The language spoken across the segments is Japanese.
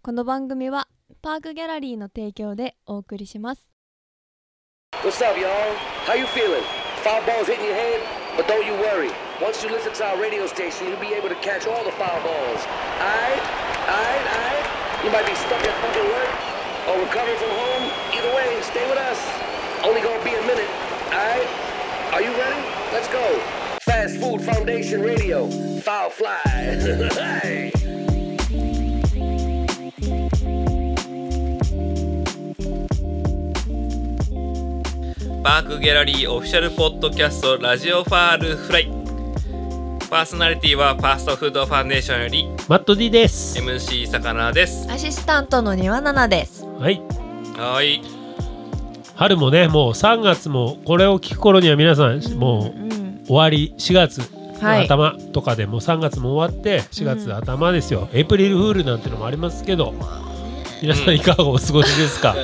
この番組はパークギャラリーの提供でお送りします。 What's up, y'all? How you feeling? Foul balls hitting your head? But don't you worry. Once you listen to our radio station, you'll be able to catch all the foul balls. Aight? Aight? Aight? You might be stuck at fucking work or recovering from home. Either way, stay with us. Only gonna be a minute. Aight? Are you ready? Let's go. Fast Food Foundation Radio. Foul fly. Hey. パークギャラリーオフィシャルポッドキャストラジオファールフライパーソナリティはファーストフードファンデーションよりマット D です。 MC さかなですアシスタントの庭奈々です。はい。はーい春もね、もう3月も、これを聞く頃には皆さん、もうんうんう終わり、4月のはい頭とかでもう3月も終わって、4月頭ですよ。エイプリルフールなんてのもありますけど、皆さんいかがお過ごしです かね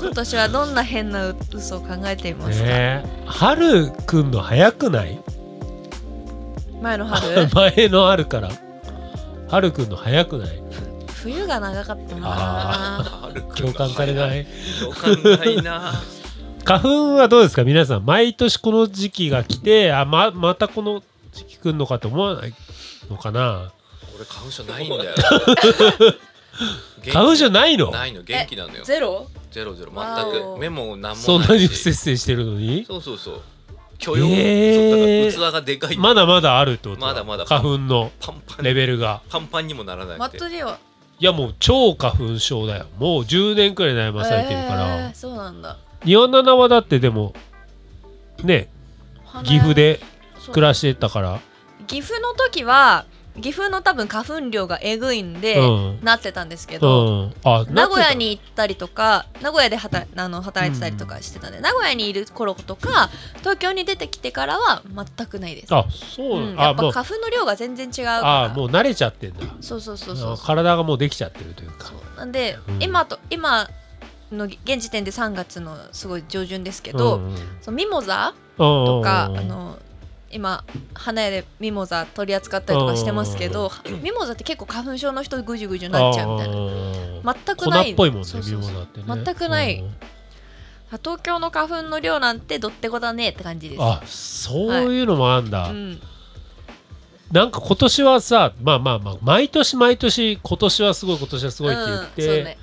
今年はどんな変な嘘を考えていますか、え。春くんの早くない前の春前の春から。春くんの早くない冬が長かったな共感されない共感ないな花粉はどうですか皆さん毎年この時期が来てあままたこの時期来るのかと思わないのかな 俺花粉症ないん だよ花症粉症ないのないの元気なのよゼロゼロゼロ全わくお目も何もないしそんなに不摂生してるのにそうそうそう許容、えーそうだから器がでかい、まだまだあるってことまだまだ花粉のパンパンレベルがパンパンにもならないマっッてトディはいやもう超花粉症だよもう10年くらい悩まされてるからえー、そうなんだ庭菜々はだってでもね岐阜で暮らししてたから岐阜の時は岐阜の多分花粉量がえぐいんで、うんなってたんですけうど、んあ名古な屋ってに行ったりとか名古屋で働あの働いてたりとかしてたんで、名古屋にいる頃とか東京に出てきてからは全くないです、、たあそううんなやっんだあもぱう花粉の量が全然違うからあもう慣れちゃってんだそうそうそうそうあ体がもうできちゃってるというかそうなんで、うん今と今の現時点で3月のすごい上旬ですけど、うんうんそのミモザととか、あの今花屋でミモザ取り扱ったりとかしてますけど、ミモザって結構花粉症の人ぐじゅぐじゅなっちゃうみたいなな全く粉ないっぽいもんねそうビそうモそうザってね全くないうん東京の花粉の量なんてどってこだねって感じですあそういうのもあんだ、うんなんか今年はさまあまあまあ毎年毎年今年はすごい今年はすごいって言って、うんそうね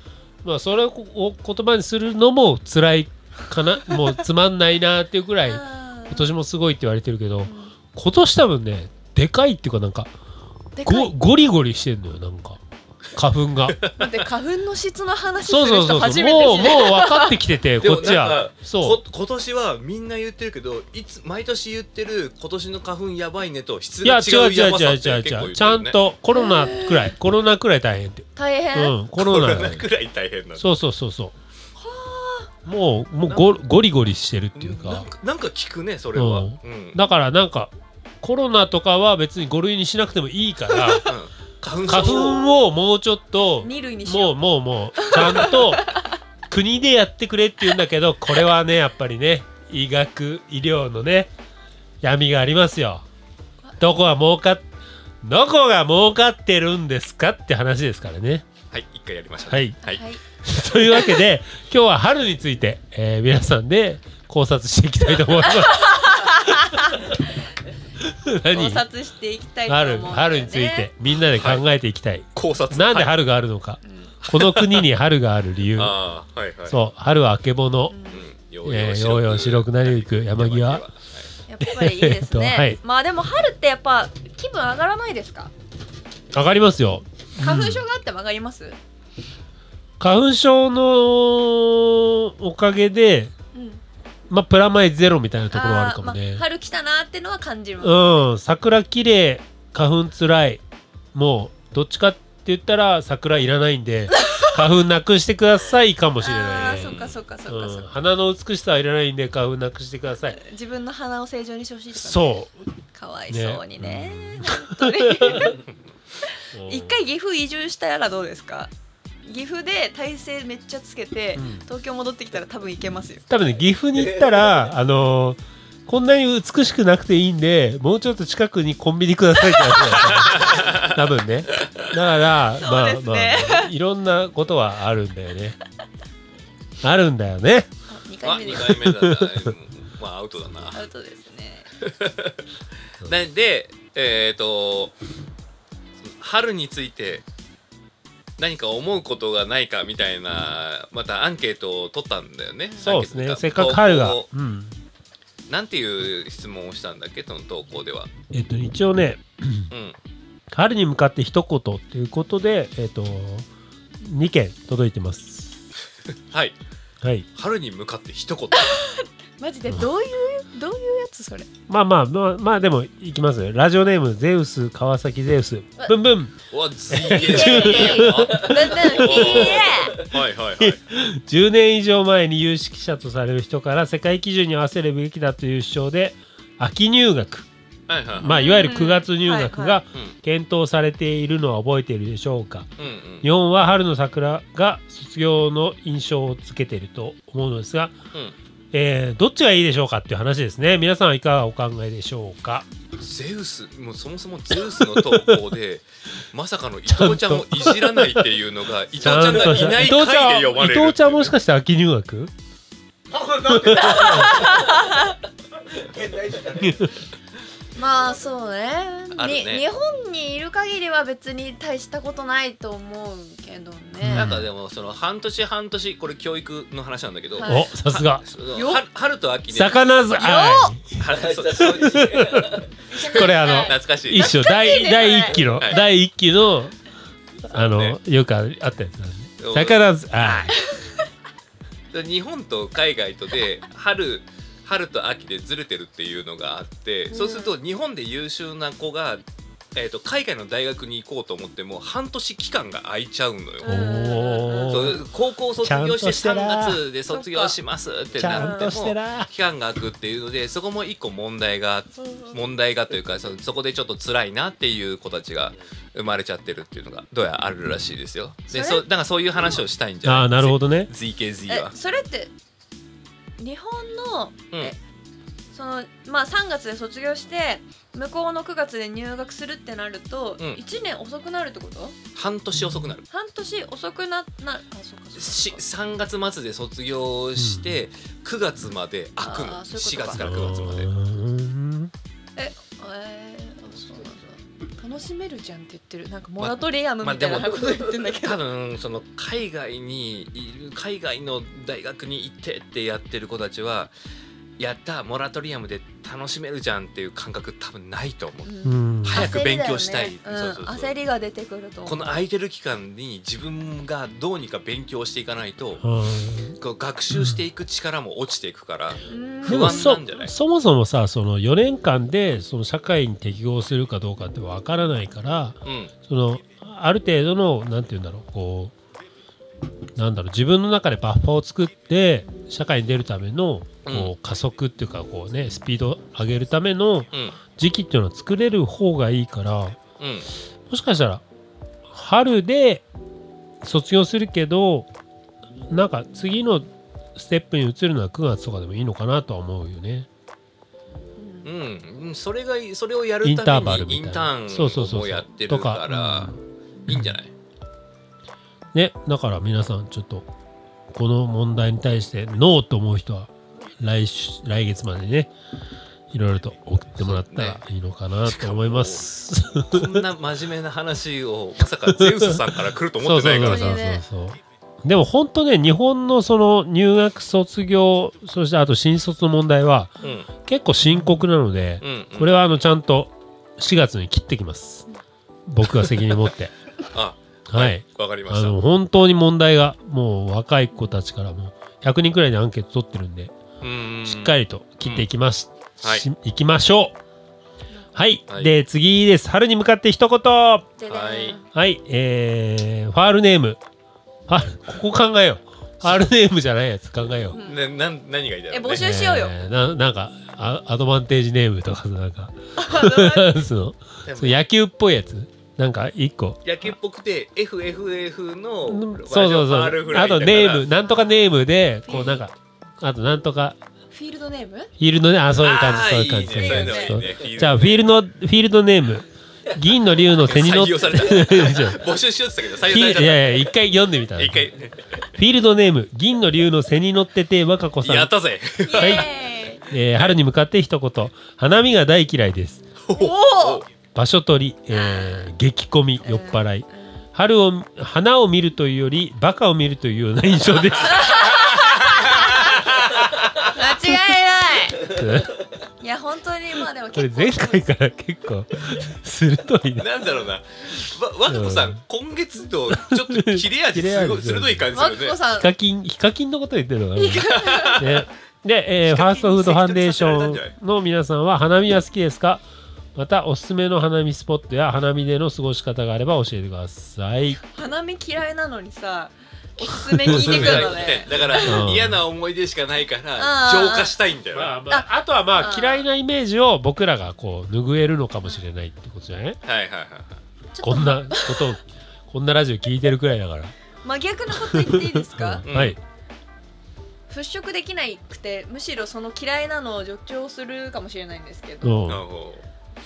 まあそれをこう言葉にするのも辛いか なもうつまんないなっていうくらい今あー年もすごいって言われてるけどうん今年多分ねでかいっていうかなんかでかゴいゴリゴリしてんのよなんか花粉がだって花粉の質の話すそうるそうそ人うそ初うめてもうも知うる分かってきててでもこっちなんはかそこう今年はみんな言ってるけどいつ毎年言ってる今年の花粉やばいねと質いやが違違うう違やうばさ違うって違う結構違言うっちゃてるんねとコロナくらいコロナくらい大変って大う変、んココロロナナくらい大変なのそうそうそうそうもうもうゴゴリゴリしてるっていうなかんかなんか聞くねそれは、ううんんだからなんかコロナとかは別に5類にしなくてもいいから うん花花粉症粉をもうちょっと二類にしようもうもうもうちゃんと国でやってくれって言うんだけどこれはねやっぱりね医学医療のね闇がありますよどこが儲かっどこが儲かってるんですかって話ですからね はい一回やりました、はね、いはい、はいというわけで今日は春について、えー皆さんで考察していきたいと思います 考何察していきたいと思う春んだよね春についてみんなで考えていきたい、考察なんはいで春があるのか、この国に春がある理由ああはいはいそう春はあけぼの、う、ん、よえーようよう白くなりゆく山際はいやっぱりいいですね、えっとはいまあでも春ってやっぱ気分上がらないですか上がりますよ花粉症があっても上がります、花粉症のおかげでうんまあプラマイゼロみたいなところはあるかもーねまあ、、春来たなーってのは感じます、うん桜綺麗花粉つらいもうどっちかって言ったら桜いらないん で花粉なくしてくださいかもしれあなあいねそっかそっかそっかそっうん、か、花の美しさはいらないんで花粉なくしてください自分の鼻を正常にしてほしいとか、ね、そかわいそうにね本当にううん一回岐阜移住したらどうですか岐阜で体勢めっちゃつけて、うん東京戻ってきたら多分いけますよ多分ね岐阜に行った らあのーこんなに美 しくなくていいんでもうちょっと近くにコンビニくださいってやつだよ多分ねだから、まあそうですまねあいろんなことはあるんだよねあるんだよね2あ回2目です回目だったうんまあアウトだなアウトですねででえっ、と春について何か思うことがないかみたいなまたアンケートを取ったんだよねそうですアンケねートせっかく春が投稿うんなんていう質問をしたんだっけその投稿ではえっと一応ねうん春に向かって一言っていうことでえっと2件届いてますはいはい春に向かって一 言マジでどういうどういうやつそれまあまあまあまあでもいきますよラジオネームゼウス川崎ゼウスブンブンうわす げえいいよブンブンいいえはいはいはい10年以上前に有識者とされる人から世界基準に合わせるべきだという主張で秋入学、はいはいはい まあ、いわゆる9月入学はいはが検討されているのは覚えているでしょうかうんうん日本は春の桜が卒業の印象をつけていると思うのですが、えーどっちがいいでしょうかっていう話ですね皆さんはいかがお考えでしょうかうんゼウスもうそもそもゼウスの投稿 でまさかの伊藤ちゃんをいじらないっていうのが伊藤ちゃんがいない伊藤ちゃん回で呼ばれる伊藤ちゃんもしかして秋入学まあそうねあるねに日本にいる限りは別に大したことないと思うけどうんねなんかでもその半年半年これ教育の話なんだけど、 はいおさすがそのよ春春と秋ね魚ずはいは そうそう懐これあのかしい 一緒第第一期の、はい第一期のあの、ねよくあったやつなんでそう魚ずあー日本と海外とで春春と秋でずれてるっていうのがあって、そうすると日本で優秀な子が、えー、と海外の大学に行こうと思っても半年期間が空いちゃうのよ。うんおそーう高校を卒業してちゃんとしてら3月で卒業しますってちなゃっんてとしてもら期間が空くっていうのでそこも一個問題があって問題がというかそそこでちょっと辛いなっていう子たちが生まれちゃってるっていうのがどうやらあるらしいですよ。でそれそだからそういう話をしたいんじゃないあーなるほどね ZKZ えは。それって日本の、うんえそのまあ3月で卒業して向こうの9月で入学するってなると、うん一1年遅くなるってこと半年遅くなる半年遅くななあそうかそうかしそうか3月末で卒業して9月まで開くのあーそう4月いうことかから9月までうーんえー、あそうなんだ楽しめるじゃんって言ってるなんかモラトリアムみたいまなあでもこと言ってんだけど、多分その海外にいる海外の大学に行ってってやってる子たちはやったモラトリアムで楽しめるじゃんっていう感覚多分ないと思ううんうん早く勉強したい焦りだよねそうそうそううん焦りが出てくると思うこの空いてる期間に自分がどうにか勉強していかないとうんこう学習していく力も落ちていくからうん不で安もそなんじゃないそもそもさその4年間でその社会に適合するかどうかってわからないからうんそのある程度のなんて言うんだろうこうなんだろう自分の中でバッファーを作って社会に出るためのうんこう加速っていうかこうねスピードを上げるためうのん時期っていうのは作れる方がいいからうんもしかしたら春で卒業するけどなんか次のステップに移るのは9月とかでもいいのかなとは思うよね。うんうん、それがそれをやるインタたーバめルみにたイいなンタそうそうそーンうそうをやってるかとらかいいんじゃないねだから皆さんちょっとこの問題に対してノーと思う人は来週来月までねいろいろと送ってもらったらいいのかなと思います。こんな真面目な話をまさかゼウスさんから来ると思ってないからそうそうそうそうそうでも本当ね日本のその入学卒業そしてあと新卒の問題はうん結構深刻なのでうんうんこれはあのちゃんと4月に切ってきます僕が責任持って あはいわかりまあしたの本当に問題がもう若い子たちからもう100人くらいでアンケート取ってるんでしっかりりと切っていきます、うんはいしいきましょうはい、はいで次です春に向かって一言でではいはい、えー、ファールネーム。あ、ここ考えよう。ファールネームじゃないやつ考えよう。ななん何がいいだろう、ね、え募集しようよえーななんかア、アドバンテージネームとかさ、なんか、 そのでもそう野球っぽいやつ。なんか、一個。野球っぽくて FFF のうんそうラジそオうファそールフう。ライあだと、からネーム、なんとかネームで、こう、なんか、あと、なんとか、フィールドネー ムフィールドね、あ、そういう感じあ、ーそういう感じ。いいねそうそうそういうのいいねじゃあ、フィールド、フィールドネーム、銀の竜の背に乗採って用された 募集しようって言ったけど採用されちゃいっやいや一回読んでみたたの一回フィールドネーム銀の竜の背に乗ってて和歌子さんやった ぜはいイエーイえー春に向かって一言花見が大嫌いですおお場所取り、えー激混み酔っ払い春を花を見るというよりバカを見るというような印象です間違いないいや本当にまあでもこれ結構前回から結構鋭いねなんだろうなわ和歌子さうんん今月とちょっと切れ味切れ味すごい鋭い感じマすッるコねさヒんカキンヒカキンのこと言ってるのかな、ね、で、えーファーストフードファンデーションの皆さんは花見は好きですかまたおすすめの花見スポットや花見での過ごし方があれば教えてください花見嫌いなのにさおすすめ聞いてくるのねだからうん嫌な思い出しかないからうん浄化したいんだよまあなまあ、あとはまああー嫌いなイメージを僕らがこう拭えるのかもしれないってことじゃないはいはいはいはいこんなことをこんなラジオ聞いてるくらいだから真逆のこと言っていいですかうんはい払拭できないくてむしろその嫌いなのを助長するかもしれないんですけうどんなるほ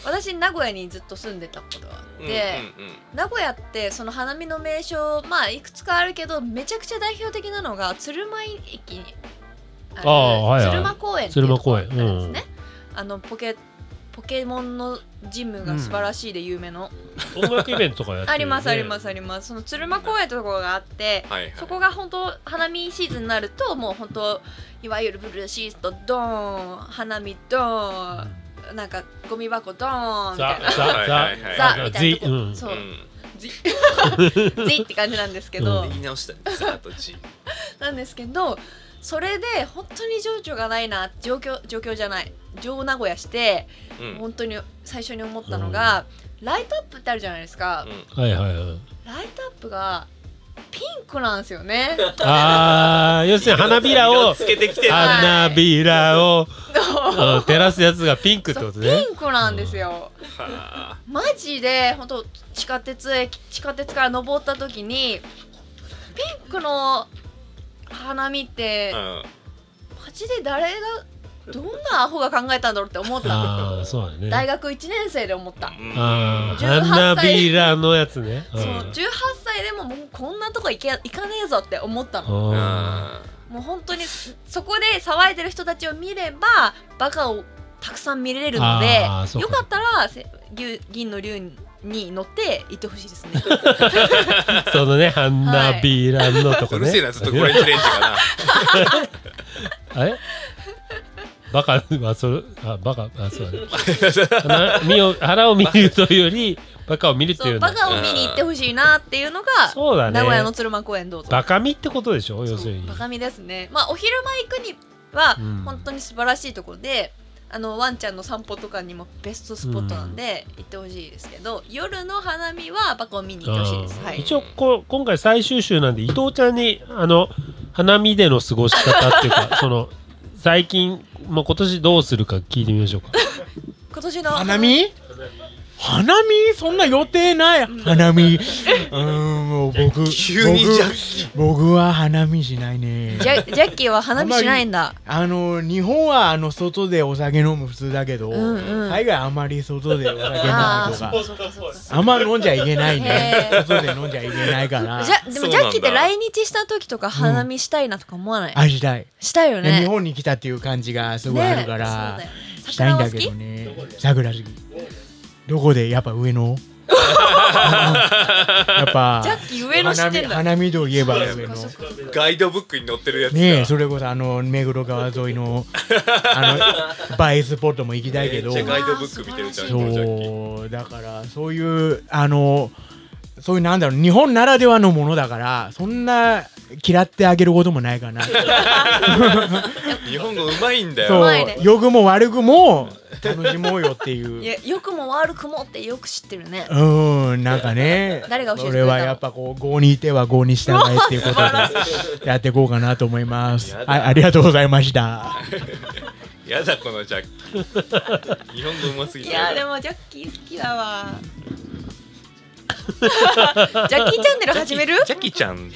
私名古屋にずっと住んでたことがあっどて、うんうんうん名古屋ってその花見の名所まあいくつかあるけどめちゃくちゃ代表的なのが鶴舞駅にあるああはいはい鶴舞公園っていうところなんです鶴舞ね、あのポケポケモンのジムが素晴らしいで有名の、音楽イベントとかやってるよね、ありますありますありますその鶴舞公園ってところがあってはいはいそこが本当花見シーズンになるともう本当いわゆるブルーシートドーン花見ドーンなんかゴミ箱ドーンみたザいなザはいはいはいザザザみたいなジとうこ、んそううんじじって感じなんですけど、うん言い直したねザーとジーなんですけどそれで本当に情緒がないな状況状況じゃない情名古屋してうんうん本当に最初に思ったのが、ライトアップってあるじゃないですか、はいはいはいライトアップがピンクなんですよね あー要するに花びら色をつけてきてるあ花びらをそううん照らすやつがピンクってことねピンクなんですよ、はマジで本当地下鉄駅地下鉄から登った時にピンクの花見って、あマジで誰がどんなアホが考えたんだろうって思ったああそうだね大学1年生で思ったうんあー18歳花びらのやつねそううん18歳でももうこんなとこ行け行かねえぞって思ったのうんあもう本当にそこで騒いでる人たちを見ればバカをたくさん見れるのであーそうかよかったらせ竜銀の竜に乗って行ってほしいで すねーそのね花びらのとこうね、るせえなずっとこれチレンジ かなあれバカはそれあバカあそうだね花見を腹を見るというよりバカを見るとそいうよううなバカを見に行ってほしいなっていうのそうだがね名古屋の鶴間公園どうぞバカ見ってことでしょ要するそうにバカ見ですねまあお昼前行くにはうん本当に素晴らしいところで、あのワンちゃんの散歩とかにもベストスポットなんで行ってほしいですけど、夜の花見はバカを見に行ってほしいです、うんはい一応こ今回最終週なんで伊藤ちゃんにあの花見での過ごし方っていう かその最近もう今年どうするか聞いてみましょうか今年の花見花見そんな予定ない花見うーんもう 僕急にジャッキ僕僕は花見しないねジャジャッキーは花見しないんだあの日本はあの外でお酒飲む普通だけど、うんうん海外あまり外でお酒飲むとあーかあんま飲んじゃいけないねへー外で飲んじゃいけないからじゃでそもうなジんだャッキーって来日した時とか花見したいなとか思わない、あしたいしたいよねね日本に来たっていう感じがすごいあるから、ねそうだしたいよんね桜は好だけきどね桜好きどこでやっぱ 上野やっぱジャッキー上野知ってんだ花見花見といえば上野そっかそっかーガイドブックに載ってるやつねえがそれこそあの目黒川沿いのあ の映えスポットも行きたいけど、めっちゃガイドブック見てるじゃんジャッキーそうだからそういうあのそういうなんだろう日本ならではのものだからそんな嫌ってあげることもな いかな日本語うまいんだそよう、まいね良くも悪くも楽しもうよっていういや良くも悪くもってよく知ってるねうーんなんかね誰が教えてくれ俺たのはやっぱこう郷にいては郷に従えっていうこと でやっていこうかなと思いますやはいだありがとうございましたやだこのジャッキー日本語うますぎいてやでもジャッキー好きだ わジャッキーチャンネル始めるジャッキーちゃん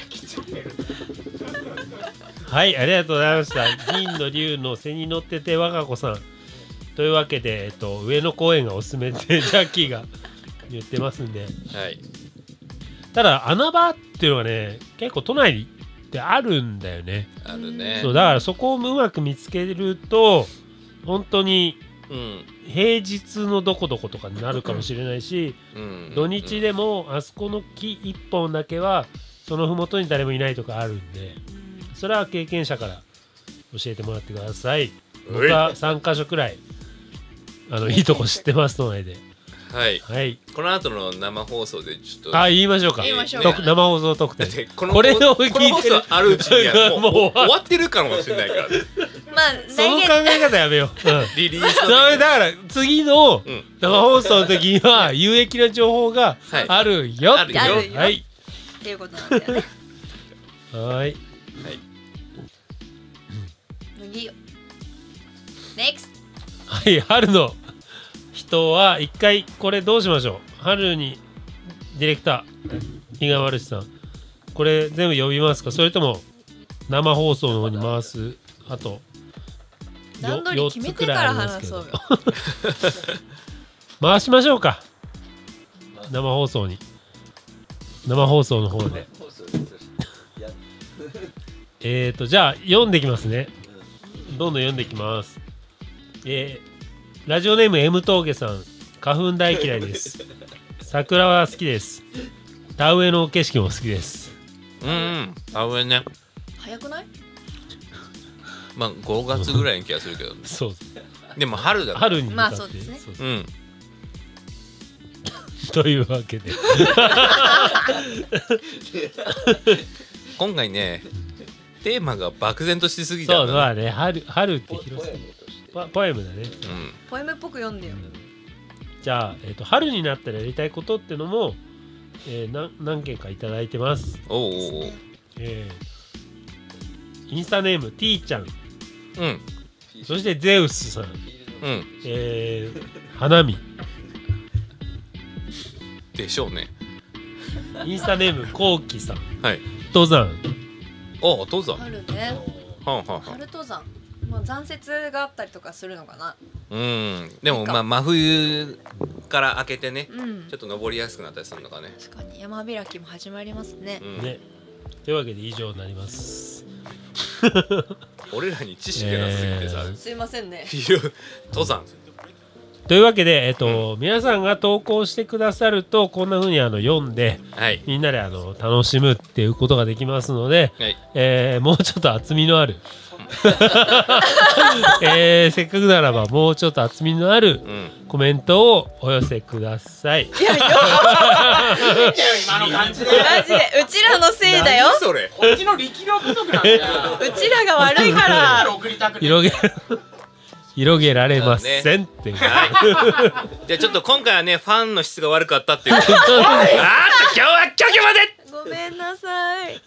はいありがとうございました銀の竜の背に乗ってて我が子さんというわけで、えっと、上野公園がおすすめでジャッキーが言ってますんではいただ穴場っていうのがね結構都内であるんだよねあるねそうだからそこをうまく見つけると本当にうん平日のどこどことかになるかもしれないしうん土日でもあそこの木1本だけはその麓に誰もいないとかあるんでそれは経験者から教えてもらってください僕は3か所くらいあのいいとこ知ってます都内ではいはいこの後の生放送でちょっとあ言いましょうか言いましょうと生放送特だ 典ってこのこれを聞いこの放てる送あるうちにはももううもう終わってるかもしれないからまあその考来月え方やめよう、うんリリースそのれだから次のうん生放送の時には有益な情報がはいあるよあるよあるよはいっていうことなんだ よねはい次よ NEXT はい春の人は一回これどうしましょう春にディレクター比嘉丸さんこれ全部呼びますかそれとも生放送の方に回すあとよ段取り決めてから四つくいありますけ話どそうよ回しましょうか生放送に生放送の方で えーとじゃあ読んできますねどんどん読んできますえーラジオネーム M 峠さん花粉大嫌い です桜は好きです田植えの景色も好きですうんあ上ね早くないまあ5月ぐらいの気がする けどねそうでも春だから春に向かってまあそうですねそううんというわけで今回ねテーマが漠然としすぎたそんうだまあね春春って広さポポエムだねうんポエムっぽく読んでよじゃあ、えー、と春になったらやりたいことってのも、えー、なん何件かいただいてます、おうおうおうえーインスタネーム T ちゃんうんそしてゼウスさん、うんえー花見でしょうねインスタネームこうきさんはい登山おお父さんは春ねんはんはん春登山まあ残雪があったりとかするのかなうんでもまあ真冬から明けてねうんちょっと登りやすくなったりするのかね確かに山開きも始まりますねうんねというわけで以上になります、俺らに知識がなさすぎてさえーすいませんねいや登山というわけで、えーと皆さんが投稿してくださるとこんな風にあの読んではいみんなであの楽しむっていうことができますので、はいえーもうちょっと厚みのある、 えーせっかくならばもうちょっと厚みのあるうんコメントをお寄せください。いやよマジでうちらのせいだよ何それ こっちの力量不足なんだよ。うちらが悪いから送りたくない。広げ 広げられませんっていう。じゃあちょっと今回はねフ ァンの質が悪かったっていうあーっと今日は今日までごめんなさい